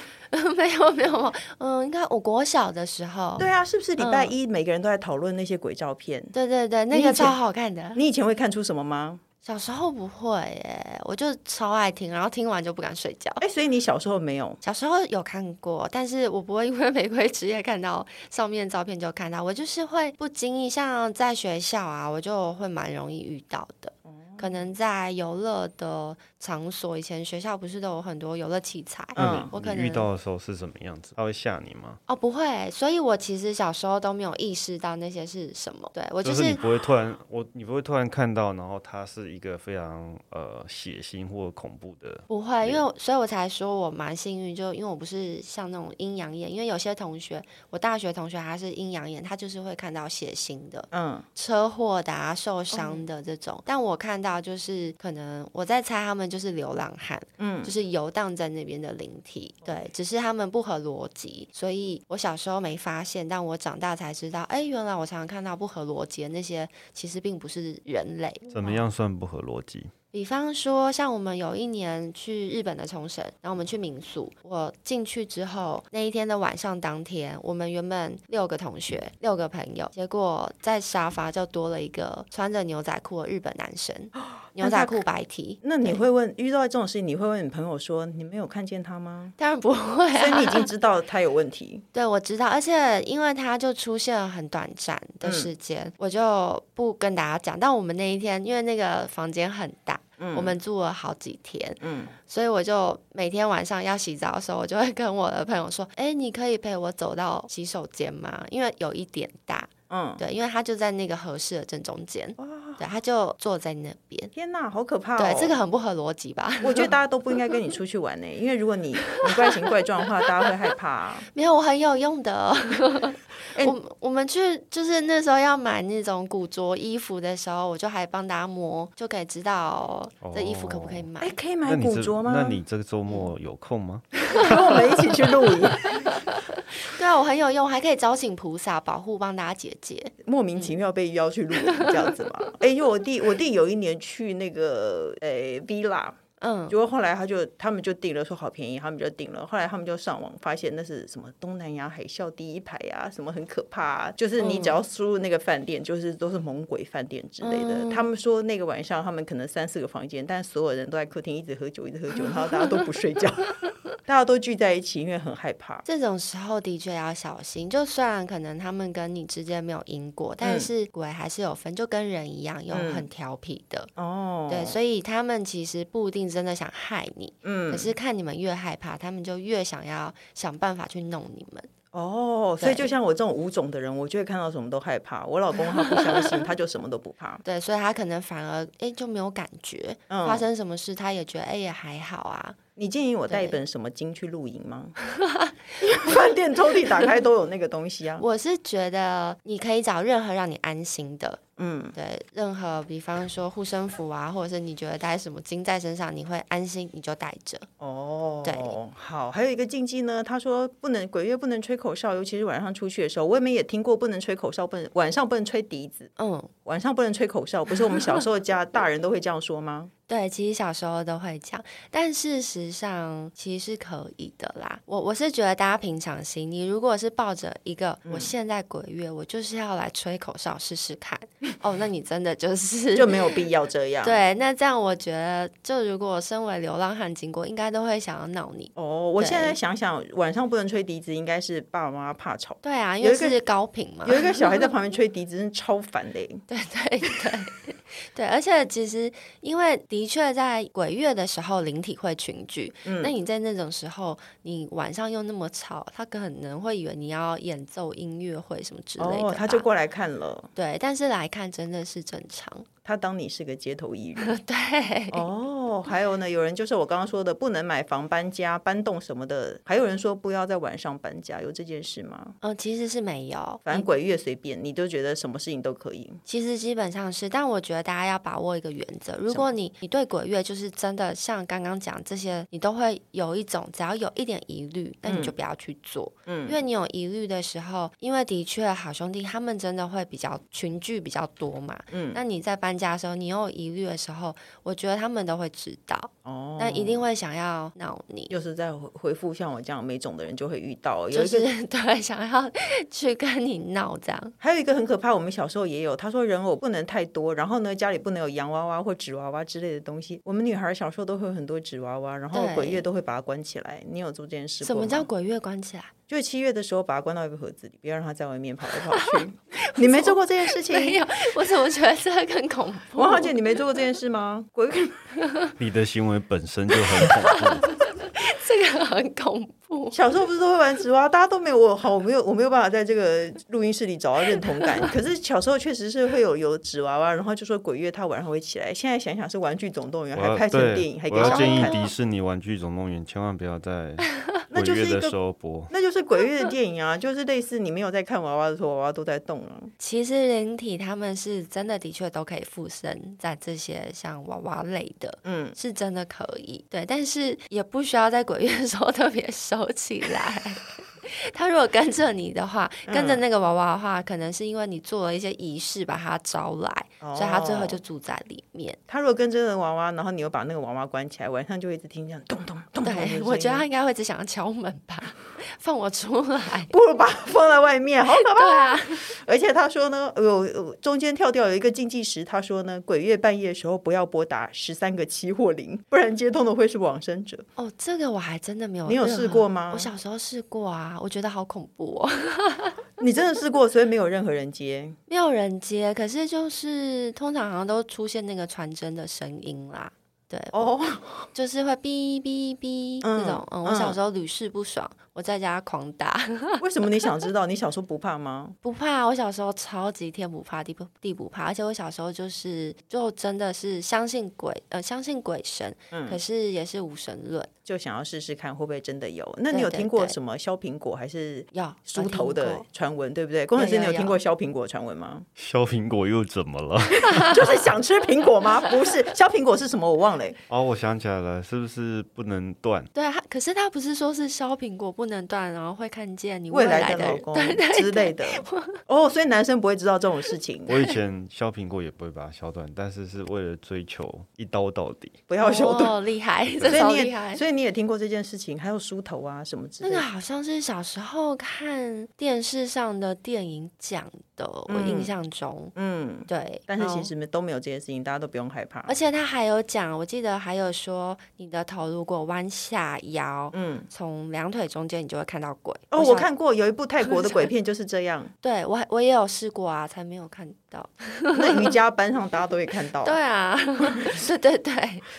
S2: 没有没有，嗯，应该我国小的时候，
S1: 对啊，是不是礼拜
S2: 嗯
S1: 一每个人都在讨论那些鬼照片？
S2: 对对对，
S1: 你
S2: 那
S1: 以
S2: 个
S1: 前
S2: 超好看的。
S1: 你以前会看出什么吗？
S2: 小时候不会耶，我就超爱听，然后听完就不敢睡觉。
S1: 哎，所以你小时候没有？
S2: 小时候有看过，但是我不会因为玫瑰之夜看到上面照片就看到，我就是会不经意，像在学校啊，我就会蛮容易遇到的。
S1: 哦
S2: 可能在游乐的场所，以前学校不是都有很多游乐器材，
S1: 嗯
S2: 我可
S3: 你
S2: 能
S3: 遇到的时候是什么样子？他会吓你吗？
S2: 哦不会，所以我其实小时候都没有意识到那些是什么。对我就
S3: 就是你
S2: 是
S3: 不会突然，我你不会突然看到，然后它是一个非常呃血腥或恐怖的，
S2: 不会，因为我所以我才说我蛮幸运，就因为我不是像那种阴阳眼，因为有些同学，我大学同学他是阴阳眼，他就是会看到血腥的、
S1: 嗯，
S2: 车祸的、啊、受伤的这种，但我看到就是可能我在猜他们就是流浪汉，嗯，就是游荡在那边的灵体，对，只是他们不合逻辑，所以我小时候没发现，但我长大才知道，哎，原来我常常看到不合逻辑的那些，其实并不是人类，
S3: 怎么样算不合逻辑？
S2: 比方说，像我们有一年去日本的冲绳，然后我们去民宿，我进去之后，那一天的晚上当天，我们原本六个同学、六个朋友，结果在沙发就多了一个穿着牛仔裤的日本男生，牛仔裤白 T。
S1: 那你会问遇到这种事情，你会问你朋友说你没有看见他
S2: [laughs]
S1: 吗？
S2: 当然不会
S1: 所以
S2: 啊！
S1: 你已经知道他有问题。
S2: 对，我知道，而且因为他就出现了很短暂
S1: 嗯
S2: 的时间，我就不跟大家讲。但我们那一天，因为那个房间很大，我们住了好几天，
S1: 嗯，
S2: 所以我就每天晚上要洗澡的时候，我就会跟我的朋友说：“哎、你可以陪我走到洗手间吗？因为有一点大，
S1: 嗯，
S2: 对，因为他就在那个合适的正中间，对，他就坐在那边，
S1: 天哪，好可怕、哦！
S2: 对，这个很不合逻辑吧？
S1: [laughs] 我觉得大家都不应该跟你出去
S2: [laughs]
S1: 玩呢、因为如果你 [laughs] 你怪形怪状的话，大家会害怕、啊。
S2: 没有，我很有用的。
S1: [laughs] 哎
S2: [laughs] 我我们去就是那时候要买那种古着衣服的时候，我就还帮大家摸，就可以知道这衣服可不可以买。
S1: 哎，可以
S3: 那
S1: 买
S3: 你
S1: 古
S3: 这
S1: 着吗？
S3: 那你这个周末有空吗？ [laughs]
S1: 跟我们一起去露营，
S2: 对啊，我很有用，我还可以招请菩萨保护，帮大家解结。
S1: 莫名其妙被邀去露营这样子嘛？
S2: 嗯
S1: 哎，因为我弟我弟有一年去那个诶 villa，
S2: 嗯，
S1: 结果后来他就他们就订了，说好便宜，他们就订了。后来他们就上网发现那是什么东南亚海啸第一排啊，什么很可怕、啊，就是你只要输入那个饭店，就是都是猛鬼饭店之类
S2: 嗯
S1: 的。他们说那个晚上他们可能三四个房间，但所有人都在客厅一直喝酒，一直喝酒，然后大家都不睡
S2: [laughs]
S1: 觉，大家都聚在一起，因为很害怕。
S2: 这种时候的确要小心。就虽然可能他们跟你之间没有因果，
S1: 嗯
S2: 但是鬼还是有分，就跟人一样有很调皮的。
S1: 哦，
S2: 对，所以他们其实不一定真的想害你，
S1: 嗯
S2: 可是看你们越害怕，他们就越想要想办法去弄你们。
S1: 哦，所以
S2: 对
S1: 就像我这种五种的人，我就会看到什么都害怕。我老公他不相信，他就什么都不怕。
S2: 对，所以他可能反而哎就没有感觉，
S1: 嗯
S2: 发生什么事他也觉得哎也还好啊。
S1: 你建议我带一
S2: 对
S1: 本什么经去露营吗？ [laughs] 因为饭店抽屉打开都有那个东西啊。
S2: 我是觉得你可以找任何让你安心的，
S1: 嗯，
S2: 对，任何比方说护身符啊，或者是你觉得带什么巾在身上你会安心，你就带着。
S1: 哦，
S2: 对
S1: 好，还有一个禁忌呢，他说不能鬼月不能吹口哨，尤其是晚上出去的时候。我们也听过不能吹口哨，不能晚上不能吹笛子，
S2: 嗯，
S1: 晚上不能吹口哨，不是我们小时候家 [laughs] 大人都会这样说吗？
S2: 对，其实小时候都会讲，但事实上其实是可以的啦。我我是觉得大家平常心，你如果是抱着一个、
S1: 嗯
S2: 我现在鬼月，我就是要来吹口哨试
S1: [laughs]
S2: 试看，哦，那你真的就是
S1: 就没有必要这样。。
S2: 对，那这样我觉得，就如果身为流浪汉经过，应该都会想要闹你。
S1: 哦，我
S2: 对
S1: 现在想想，晚上不能吹笛子，应该是爸妈怕吵。
S2: 对啊，因
S1: 有
S2: 为
S1: 一个
S2: 是高频
S1: [laughs]
S2: 嘛。
S1: 有一个小孩在旁边吹笛子，真的超烦的欸。
S2: [laughs] 对对对 [laughs] 对，而且其实因为的确在鬼月的时候，灵体会群聚。
S1: 嗯
S2: 那你在那种时候，你晚上又那么吵，他可能会以为你要演奏音乐会什么之类的吧。
S1: 哦，他就过来看了，
S2: 对，但是来看真的是正常。 [laughs]
S1: 他当你是个街头艺人。
S2: 对，
S1: [laughs] 哦，还有呢，有人就是我刚刚说的，不能买房搬家、搬动什么的，还有人说不要在晚上搬家，有这件事吗？
S2: 嗯、其实是没有。
S1: 反正鬼月随便，你都觉得什么事情都可以。
S2: 其实基本上是，但我觉得大家要把握一个原则。如果你你对鬼月就是真的像刚刚讲这些，你都会有一种只要有一点疑虑，那你就不要去做。嗯，因为你有疑虑的时候，因为的确好兄弟他们真的会比较群聚比较多嘛。嗯，那你在搬家的时候，你有疑虑的时候，我觉得他们都会知道，
S1: 哦，
S2: 但一定会想要闹你，
S1: 就是在回回复像我这样没种的人就会遇到，有
S2: 就
S1: 一个
S2: 是 [laughs] 对想要去跟你闹这样。
S1: 还有一个很可怕，我们小时候也有。他说人偶不能太多，然后呢，家里不能有洋娃娃或纸娃娃之类的东西。我们女孩小时候都会有很多纸娃娃，然后
S2: 对
S1: 鬼月都会把它关起来。你有做这件事过
S2: 什么
S1: 吗
S2: 叫鬼月关
S1: [laughs]
S2: 起来？
S1: 就是七月的时候把它关到一个盒子里，不要让它在外面跑来跑
S2: [laughs]
S1: 去。你没做过这件事
S2: 没
S1: 情？
S2: 有，我怎么觉得这更恐怖？
S1: 王浩姐，你没做过这件事吗？鬼月
S3: 你的行为本身就很恐
S1: [laughs]
S3: 怖。
S2: 这个 [laughs] 很恐怖。
S1: 小时候不是都会玩纸娃，大家都没有我好，我没有我没有办法在这个录音室里找到认同
S2: [laughs]
S1: 感。可是小时候确实是会有有纸娃娃，然后就说鬼月它晚上会起来。现在想想是《玩具总动员》，
S3: 我
S1: 还
S3: 要
S1: 拍成
S3: 对
S1: 电影，还给
S3: 我要
S1: 小孩
S3: 建议
S1: 看。
S3: 迪士尼《玩具总动员》千万不要在
S1: [laughs] 那
S3: 鬼
S1: 就是
S3: 月
S1: 一
S3: 的
S1: 个
S3: 时候播。
S1: 那就是鬼月的电影啊，就是类似你没有在看娃娃的时候，娃娃都在动啊。
S2: 其实灵体他们是真的，的确都可以附身在这些像娃娃类的，
S1: 嗯，
S2: 是真的可以。对，但是也不需要在鬼月的时候特别收起来。 [laughs] 他如果跟着你的话，跟着那个娃娃的话，可能是因为你做了一些仪式把他招来，所以他最后就
S1: 哦
S2: 住在里面。
S1: 他如果跟真人娃娃，然后你又把那个娃娃关起来，晚上就会一直听见咚咚咚咚的声
S2: 对，
S1: 音。
S2: 嗯
S1: 啊
S2: 我觉得他应该会只想要敲门吧， [laughs] 放我出来。
S1: 不如把它放在外面，好可怕。
S2: 对啊，
S1: 而且他说呢，有、有中间跳掉有一个禁忌时，他说呢，鬼月半夜的时候不要拨打十三个七或零，不然接通的会是往生者。
S2: [laughs] 哦，这个我还真的没有。
S1: 你有试过吗
S2: 我小时候试过啊，我觉得好恐怖哦，
S1: 你真的试过，所以没有任何人接。
S2: 没有人接。可是就是通常好像都出现那个传真的声音啦。对，
S1: 哦，
S2: 就是会哔哔哔
S1: 嗯
S2: 这种。嗯，我
S1: 嗯
S2: 小时候屡试不爽，我在家狂打， [laughs]
S1: 为什么你想知道？你小时候不怕吗？
S2: 不怕。我小时候超级天不怕地不地不怕，而且我小时候就是就真的是相信鬼，呃，相信鬼神，可
S1: 嗯，
S2: 是也是无神论。
S1: 就想要试试看会不会真的有。那你
S2: 对
S1: 有
S2: 对
S1: 听过
S2: 对
S1: 什么削苹果还是
S2: 有
S1: 梳
S2: 有
S1: 头
S2: 听
S1: 的
S2: 过
S1: 传闻，对不对？工程师，
S2: 有
S1: 你有
S2: 有
S1: 听过削苹果的传闻吗？
S3: 削苹果又怎么了？ [laughs]
S1: 就是想吃苹果
S2: [laughs]
S1: 吗？不是，削苹果是什么？我忘了欸。
S3: 哦，我想起来了，是不是不能断？
S2: 对啊，他可是他不是说是削苹果不能断，然后会看见你
S1: 未
S2: 来
S1: 来
S2: 的
S1: 的
S2: 人 [laughs]
S1: 老公
S2: 对对
S1: 之类的。哦，所以男生不会知道这种事情。
S3: 我以前削苹果也不会把它削断，但是是为了追求一刀到
S1: [laughs]
S3: 底。
S1: 不要修图。
S2: 哦，厉害，
S1: [laughs] 所
S2: 这
S1: 以
S2: 超
S1: 你
S2: 厉
S1: 也，
S2: 害。
S1: 所以你也听过这件事情，还有梳头啊什么之
S2: 那
S1: 类
S2: 个
S1: 的。
S2: 好像是小时候看电视上的电影讲的，我
S1: 嗯
S2: 印象中，
S1: 嗯，
S2: 对。
S1: 但是其
S2: 然后，
S1: 实都没有这些事情，大家都不用害怕。
S2: 而且他还有讲，我记得还有说，你的头如果弯下腰，
S1: 嗯，
S2: 从两腿中间，你就会看到鬼。
S1: 哦，我
S2: 想，
S1: 看过有一部泰国的鬼片就是这
S2: [laughs]
S1: 样，
S2: 对我还我也有试过啊，才没有看到。
S1: 那瑜伽班上大家都会看到，
S2: 对啊，
S1: [laughs]
S2: 对对对，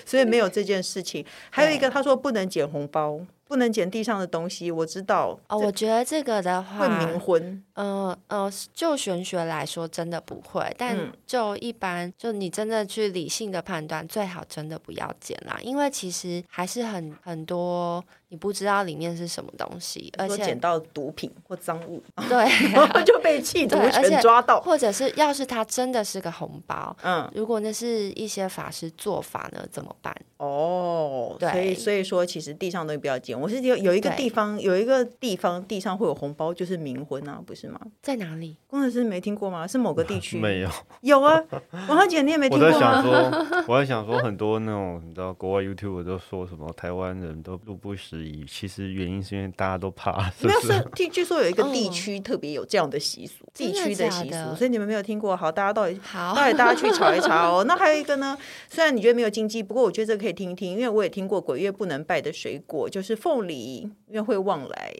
S1: 所以没
S2: 嗯
S1: 有这件事情。还有一个，他说不能捡红包，不能捡地上的东西，我知道
S2: 哦，我觉得这个的
S1: 会
S2: 话，
S1: 冥婚。
S2: 嗯呃，就玄学来说，真的不会，但
S1: 嗯
S2: 就一般，就你真的去理性的判断，最好真的不要捡啦，因为其实还是很很多你不知道里面是什么东西，而
S1: 说捡
S2: 且
S1: 到毒品或赃
S2: [laughs]
S1: 物，
S2: 对
S1: 然
S2: 啊、
S1: 后就被弃徒
S2: 对而
S1: 全
S2: 且
S1: 抓到。
S2: 或者是要是它真的是个红包，
S1: 嗯，
S2: 如果那是一些法师做法呢，怎么办？
S1: 哦，
S2: 对
S1: 所以所以说，其实地上东西不要捡。我是有有一个
S2: 对
S1: 地方，有一个地方地上会有红包，就是冥婚啊，不是吗？
S2: 在哪里？
S1: 工程师没听过吗？是某个地区
S3: [laughs] 没有，
S1: 有啊？王浩姐，你也没
S3: 我
S1: 听
S3: 在
S1: 过
S3: 想
S1: 吗？ [laughs]
S3: 说，我在想说，很多那种你知道，国外 YouTube 都说什么台湾人都路不拾遗，其实原因是因为大家都怕，是
S1: 没有
S3: 不
S1: 是
S3: 是？
S1: 地，据说有一个地
S2: 嗯
S1: 区特别有这样的习俗，地
S2: 真的
S1: 区
S2: 假
S1: 习俗，
S2: 的
S1: 所以你们没有听过。好，大家到底
S2: 好，
S1: 到底大家去查一查哦。那还有一个呢，虽然你觉得没有禁忌，不过我觉得这个可以听一听，因为我也听过鬼月不能拜的水果就是凤梨，因为会旺来。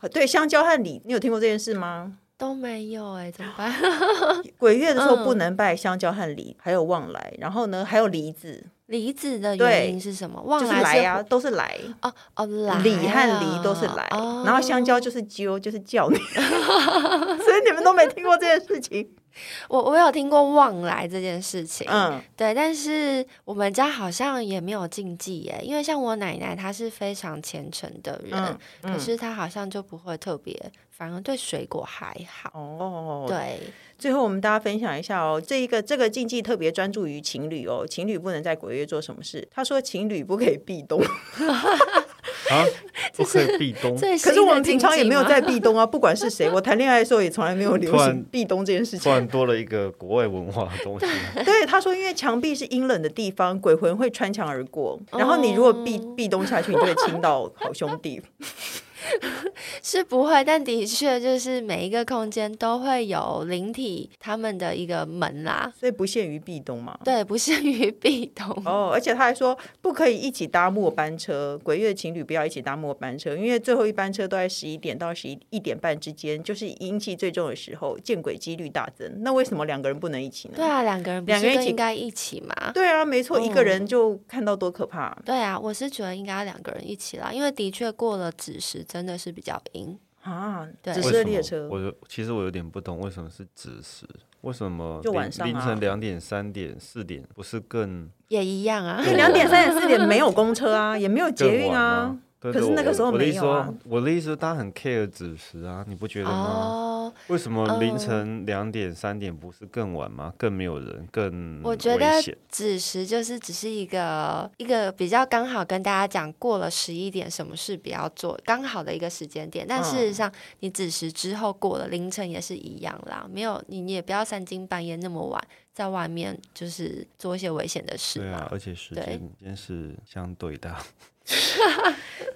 S1: 呃对，香蕉和梨，你有听过这件事吗？
S2: 都没有哎、怎么办？ [laughs]
S1: 鬼月的时候
S2: 嗯
S1: 不能拜香蕉和梨，还有旺来，然后呢还有梨子，
S2: 梨子的
S1: 对
S2: 原因是什么？忘
S1: 就是
S2: 来
S1: 来
S2: 是
S1: 啊，都是来。
S2: 哦哦，来
S1: 梨和梨都是
S2: 啊
S1: 来，
S2: 哦、
S1: 然后香蕉就是揪，就是叫你， [laughs] 所以你们都没听过这件事
S2: [laughs]
S1: 情。
S2: 我我有听过旺来这件事情，
S1: 嗯，
S2: 对，但是我们家好像也没有禁忌耶，因为像我奶奶她是非常虔诚的人，
S1: 嗯嗯
S2: 可是她好像就不会特别，反而对水果还好。
S1: 哦，
S2: 对，
S1: 最后我们大家分享一下哦，这一个这个禁忌特别专注于情侣哦，情侣不能在鬼月做什么事。他说情侣不可以避冬，
S3: 啊，不可以壁咚。
S2: 最
S1: 可
S2: 新
S1: 是
S2: 的
S1: 我们平
S2: 禁
S1: 常也
S2: 忌
S1: 没有
S2: 吗
S1: 在壁咚啊，不管是谁，我谈恋爱的时候也从来没有
S3: [laughs]
S1: 流
S3: 突然
S1: 行壁咚这件事
S3: 突
S1: 情。
S3: 然多了一个国外文化的东西，
S1: 对，他说，因为墙壁是阴冷的地方，鬼魂会穿墙而过，然后你如果壁
S2: 哦
S1: 壁咚下去，你就会亲到好兄弟。
S2: [laughs] 是不会，但的确就是每一个空间都会有灵体他们的一个门啦。
S1: 所以不限于壁咚嘛。
S2: 对，不 [laughs] 限于壁咚。
S1: 哦，而且他还说不可以一起搭末班车，鬼月情侣不要一起搭末班车，因为最后一班车都在十一点到十一一点半之间，就是阴气最重的时候，见鬼几率大增。那为什么两个人不能一起呢？
S2: 对啊，两个人不
S1: 两
S2: 是
S1: 个人一
S2: 更
S1: 起
S2: 应该一起吗？
S1: 对啊，没错，一个人就看到多可怕。
S2: 对啊，我是觉得应该要两个人一起啦，因为的确过了子时真的是比较阴。
S1: 啊，
S2: 对
S1: 紫
S3: 为
S1: 色
S3: 什么
S1: 列车
S3: 我就其实我有点不懂，为什么是子时？为什么
S1: 就
S3: 凌
S1: 晚上啊
S3: 凌晨两点、三点、四点不
S1: [laughs]
S3: 是更
S2: 也一样啊，
S1: 因为两点、三点、四点没有公车啊，也没有捷
S3: 更
S1: 运
S3: 晚
S1: 啊
S3: 吗。？对
S1: 可
S3: 对
S1: 是那
S3: 我
S1: 个时候
S3: 我的意思
S1: 没有啊
S3: 说，我的意思说，大家很 care 子时啊，你不觉得吗？
S2: 哦，
S3: 为什
S1: 呃
S3: 么凌
S2: 嗯
S3: 晨两点、三点不是更晚吗？更没有人，更
S2: 我觉
S3: 嗯危
S2: 得
S3: 险
S2: 子时就是只是一个一个比较刚好跟大家讲过了十一点什么事不要做，刚好的一个时间点。
S1: 嗯
S2: 但事实上，你子时之后过了凌晨也是一样啦，没有你你也不要三更半夜那么晚在外面就是做一些危险的事
S3: 对啊，
S2: 嘛。
S3: 而且时
S2: 对
S3: 间时间是相对的啊。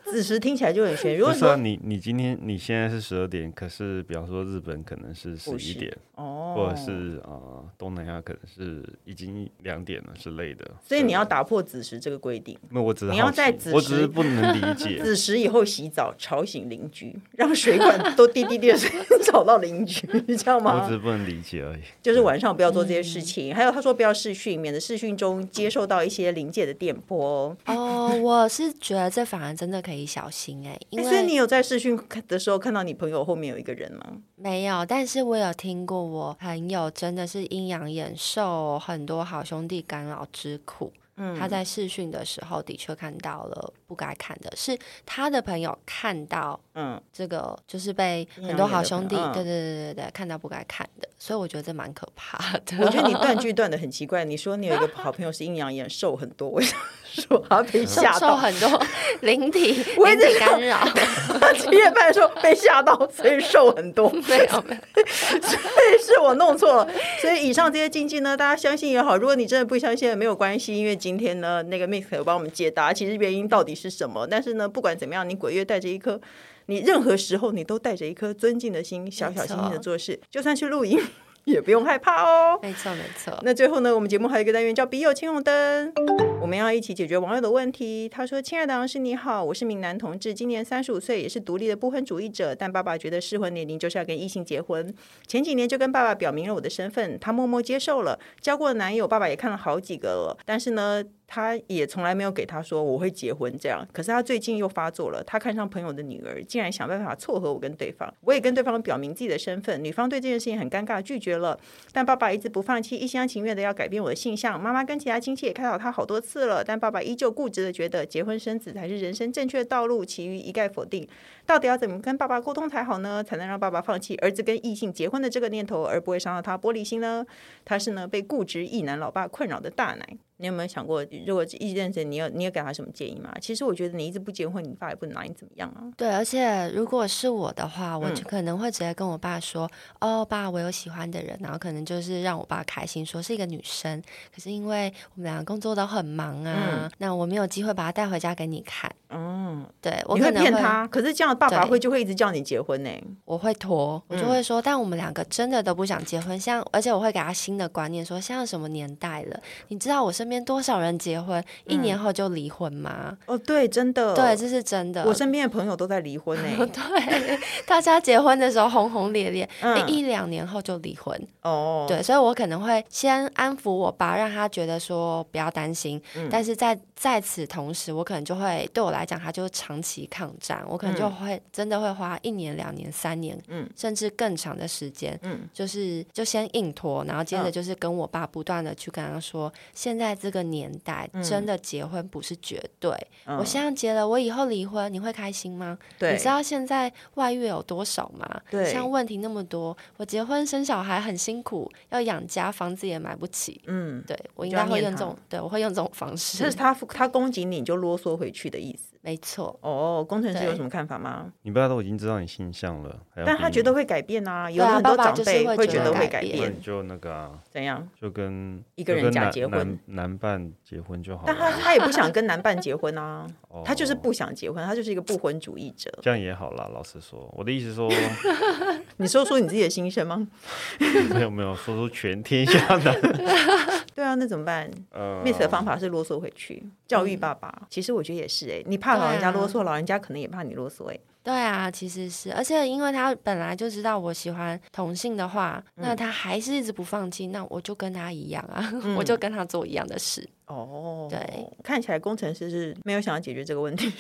S1: 子时听起来就很悬。如
S3: 不
S1: 果
S3: 是啊，
S1: 说
S3: 你你今天你现在是十二点，可是比方说日本可能是十
S1: 不
S3: 一
S1: 是
S3: 点，
S1: 哦，
S3: 或者是啊、呃东南亚可能是已经两点了之类的。
S1: 所以你
S3: 对
S1: 要打破子时这个规定。
S3: 那我只是
S1: 你要
S3: 好奇
S1: 在子
S3: 我只
S1: 时
S3: 是不能理
S1: [laughs]
S3: 解。
S1: 子时以后洗澡，吵醒邻居，让水管都滴滴滴的声音吵到邻居，知道
S3: 我只
S1: 吗？
S3: 是不能理解而已。
S1: 就是晚上不要做这
S2: 嗯
S1: 些事情。还有他说不要视讯，免得视讯中接受到一些临界的电波哦。
S2: 哦，我是觉得这反而真的可以小心哎、因
S1: 诶欸所以你
S2: 为
S1: 有在视讯看的时候看到你朋友后面有一个人
S2: [laughs]
S1: 吗？
S2: 没有，但是我有听过我朋友真的是阴阳眼受很多好兄弟干扰之苦，
S1: 嗯
S2: 他在试训的时候的确看到了不该看的，是他的朋友看到
S1: 嗯，
S2: 这个，就是被
S1: 阴阳
S2: 很多
S1: 眼的
S2: 好兄弟，
S1: 朋友嗯
S2: 对对对对对，看到不该看的，所以我觉得这蛮可怕的。
S1: 我觉得你断句断的很奇怪。你说你有一个好朋友是阴阳眼，瘦很多，我想说他被
S2: 受
S1: 吓
S2: 受
S1: 到。
S2: 很多 [laughs] 灵体
S1: 我一
S2: 灵
S1: 直
S2: 体干扰， [laughs]
S1: 七月半的时候被吓到，所以瘦很多。
S2: 没有没有，
S1: [laughs] 是我弄错了。所以以上这些禁忌呢，大家相信也好，如果你真的不相信也没有关系，因为今天呢，那个 Mix 有帮我们解答，其实原因到底是什么。但是呢，不管怎么样，你鬼月带着一颗。你任何时候，你都带着一颗尊敬的心，小小心心的做事，就算去露营 [laughs] 也不用害怕哦。
S2: 没错没错，
S1: 那最后呢，我们节目还有一个单元叫“笔友青红灯”，我们要一起解决网友的问题。他说：“亲爱的昂师你好，我是名男同志，今年三十五岁，也是独立的不婚主义者，但爸爸觉得适婚年龄就是要跟异性结婚。前几年就跟爸爸表明了我的身份，他默默接受了，交过的男友，爸爸也看了好几个了，但是呢。”他也从来没有给他说我会结婚这样，可是他最近又发作了，他看上朋友的女儿，竟然想办法撮合我跟对方。我也跟对方表明自己的身份，女方对这件事情很尴尬，拒绝了。但爸爸一直不放弃，一厢情愿的要改变我的性向。妈妈跟其他亲戚也开导他好多次了，但爸爸依旧固执的觉得结婚生子才是人生正确的道路，其余一概否定。到底要怎么跟爸爸沟通才好呢？才能让爸爸放弃儿子跟异性结婚的这个念头，而不会伤到他玻璃心呢？他是呢被固执异男老爸困扰的大奶。你有没有想过，如果一认识你有你有给他什么建议吗？其实我觉得你一直不结婚，你爸也不能拿你怎么样啊。
S2: 对，而且如果是我的话，我就
S1: 嗯
S2: 可能会直接跟我爸说：“哦，爸，我有喜欢的人。”然后可能就是让我爸开心，说是一个女生。可是因为我们两个工作都很忙啊，那我没有机会把她带回家给你看。
S1: 嗯，
S2: 对我
S1: 你
S2: 可
S1: 会
S2: 能
S1: 骗他，可是这样爸爸
S2: 对
S1: 会就会一直叫你结婚呢、
S2: 我会拖，
S1: 嗯
S2: 我就会说，但我们两个真的都不想结婚，像而且我会给他新的观念，说现在什么年代了，你知道我身边多少人结婚一
S1: 嗯
S2: 年后就离婚吗？
S1: 哦，对，真的，
S2: 对，这是真的。
S1: 我身边的朋友都在离
S2: [laughs]
S1: 婚欸呢、
S2: 对，大家结婚的时候轰轰烈烈，
S1: 嗯
S2: 哎一两年后就离婚。
S1: 哦，
S2: 对，所以我可能会先安抚我爸，让他觉得说不要担心。
S1: 嗯
S2: 但是在在此同时，我可能就会对我来讲，他就是长期抗战，我可能就
S1: 嗯
S2: 会、真的会花一年、两年、三年，
S1: 嗯
S2: 甚至更长的时间，
S1: 嗯
S2: 就是就先硬拖，然后接着
S1: 嗯
S2: 就是跟我爸不断的去跟他说，现在这个年代真的结婚不是绝对，
S1: 嗯
S2: 我现在结了，我以后离婚，你会开心吗？
S1: 对，
S2: 你知道现在外遇有多少吗？
S1: 对
S2: 像问题那么多，我结婚生小孩很辛苦，要养家，房子也买不起。
S1: 嗯，
S2: 对我应
S1: 就要
S2: 该会
S1: 念
S2: 用这
S1: 他
S2: 种，对我会用这种方
S1: 这
S2: 式
S1: 是，他他攻击你，你就啰嗦回去的意思。
S2: 没错。
S1: 哦，工程师
S2: 对
S1: 有什么看法吗？
S3: 你爸都已经知道你性向了，还要
S1: 但他
S3: 逼
S1: 觉
S3: 你
S1: 得会改变啊，有
S2: 对啊
S1: 很多
S2: 爸爸
S1: 长
S2: 就是
S1: 辈
S2: 会
S1: 会
S2: 觉
S1: 觉
S2: 得
S1: 得会
S2: 改
S1: 改
S2: 变
S3: 那
S1: 变
S3: 你，就那个啊，
S1: 怎样？
S3: 就跟
S1: 一个
S3: 就
S1: 人
S3: 跟
S1: 假
S3: 男
S1: 结婚
S3: 男男伴结婚就好
S1: 但他
S3: 了。
S1: 他也不想
S2: [laughs]
S1: 跟男伴结婚啊，
S3: 哦
S1: 他就是不想结婚，他就是一个不婚主义者。
S2: [laughs]
S3: 这样也好啦，老实说，我的意思说，
S1: 你说出你自己的心声吗？
S3: 没有 [laughs] 没有说出全天下 [laughs] 的，
S1: 对啊，那怎么办
S3: 呃
S1: ？miss 的方法是啰嗦回去，教育爸爸。其实我觉得也是哎、你怕老人家
S2: 嗯对啊
S1: 啰嗦，老人家可能也怕你啰嗦哎、
S2: 对啊，其实是，而且因为他本来就知道我喜欢同性的话，
S1: 嗯
S2: 那他还是一直不放弃，那我就跟他一样啊， [laughs] 我
S1: 嗯
S2: 就跟他做一样的事。
S1: 哦，
S2: 对，
S1: 看起来工程师是没有想要解决这个问
S3: [laughs]
S1: 题。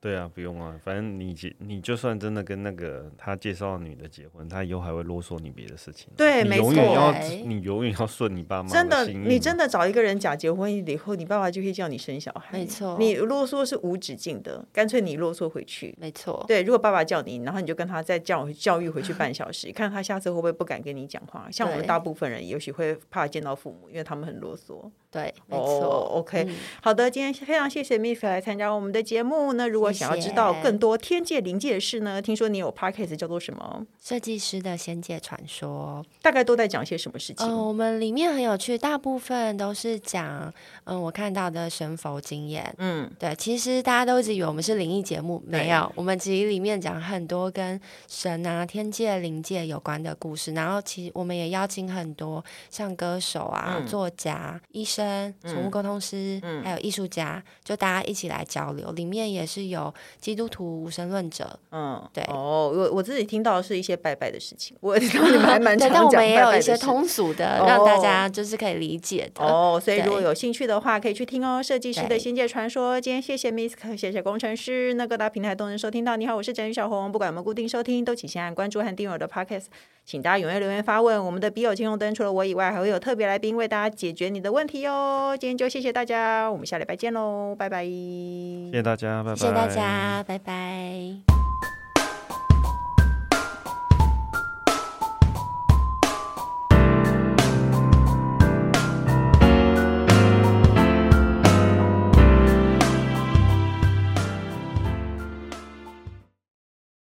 S3: 对啊，不用啊，反正你结你就算真的跟那个他介绍的女的结婚，他以后还会啰嗦你别的事情。啊
S1: 对
S3: 你
S1: 没
S3: 永远
S1: 错
S3: 要
S2: 哎
S3: 你永远要顺你爸妈
S1: 真的，
S3: 心意
S1: 你真
S3: 嘛
S1: 的找一个人假结婚以后，你爸爸就会叫你生小孩。
S2: 没错
S1: 你啰嗦是无止境的，干脆你啰嗦回去。
S2: 没错，
S1: 对，如果爸爸叫你，然后你就跟他再教教育回去半小
S2: [laughs]
S1: 时，看他下次会不会不敢跟你讲话。像我们
S2: 对
S1: 大部分人，也许会怕见到父母，因为他们很啰嗦。
S2: 对，没
S1: 哦
S2: 错。嗯
S1: ，OK，好的，今天非常谢谢 Miss 来参加我们的节目。那如果
S2: 谢
S1: 想要知
S2: 谢
S1: 道更多天界灵界的事呢，听说你有 Podcast 叫做什么？
S2: 设计师的仙界传说，
S1: 大概都在讲些什么事情？
S2: 嗯，我们里面很有趣，大部分都是讲嗯我看到的神佛经验。
S1: 嗯，
S2: 对，其实大家都一直以为我们是灵异节目，没有，我们其实里面讲很多跟神啊、天界、灵界有关的故事。然后其实我们也邀请很多像歌手啊、
S1: 嗯
S2: 作家、医生、宠物沟通师，还有艺术家，就大家一起来交流。里面也是有基督徒、无神论者，
S1: 嗯，
S2: 对
S1: 哦，我我自己听到的是一些拜拜的事情，
S2: [laughs]
S1: 我 [laughs] 听到你们还蛮
S2: 对，
S1: 常
S2: 但
S1: 讲
S2: 我们也
S1: 拜
S2: 有
S1: 拜
S2: 一
S1: 的
S2: 些
S1: 事。
S2: 通俗的，
S1: 哦
S2: 让大家就是可以理解的。
S1: 哦，所以
S2: [laughs] 对
S1: 如果有兴趣的话，可以去听哦。设计师的
S2: 对
S1: 仙界传说，今天谢谢 Miss，谢谢工程师，那各大平台都能收听到。你好，我是整宇小红，不管我们固定收听，都请先按关注和订阅我的 Podcast，请大家踊跃留言发问。我们的笔友青红灯除了我以外，还会有特别来宾为大家解决你的问题哦。今天就谢谢大家，我们下礼拜见喽，拜拜。
S3: 谢谢大家，拜拜，
S2: 谢谢大家，拜拜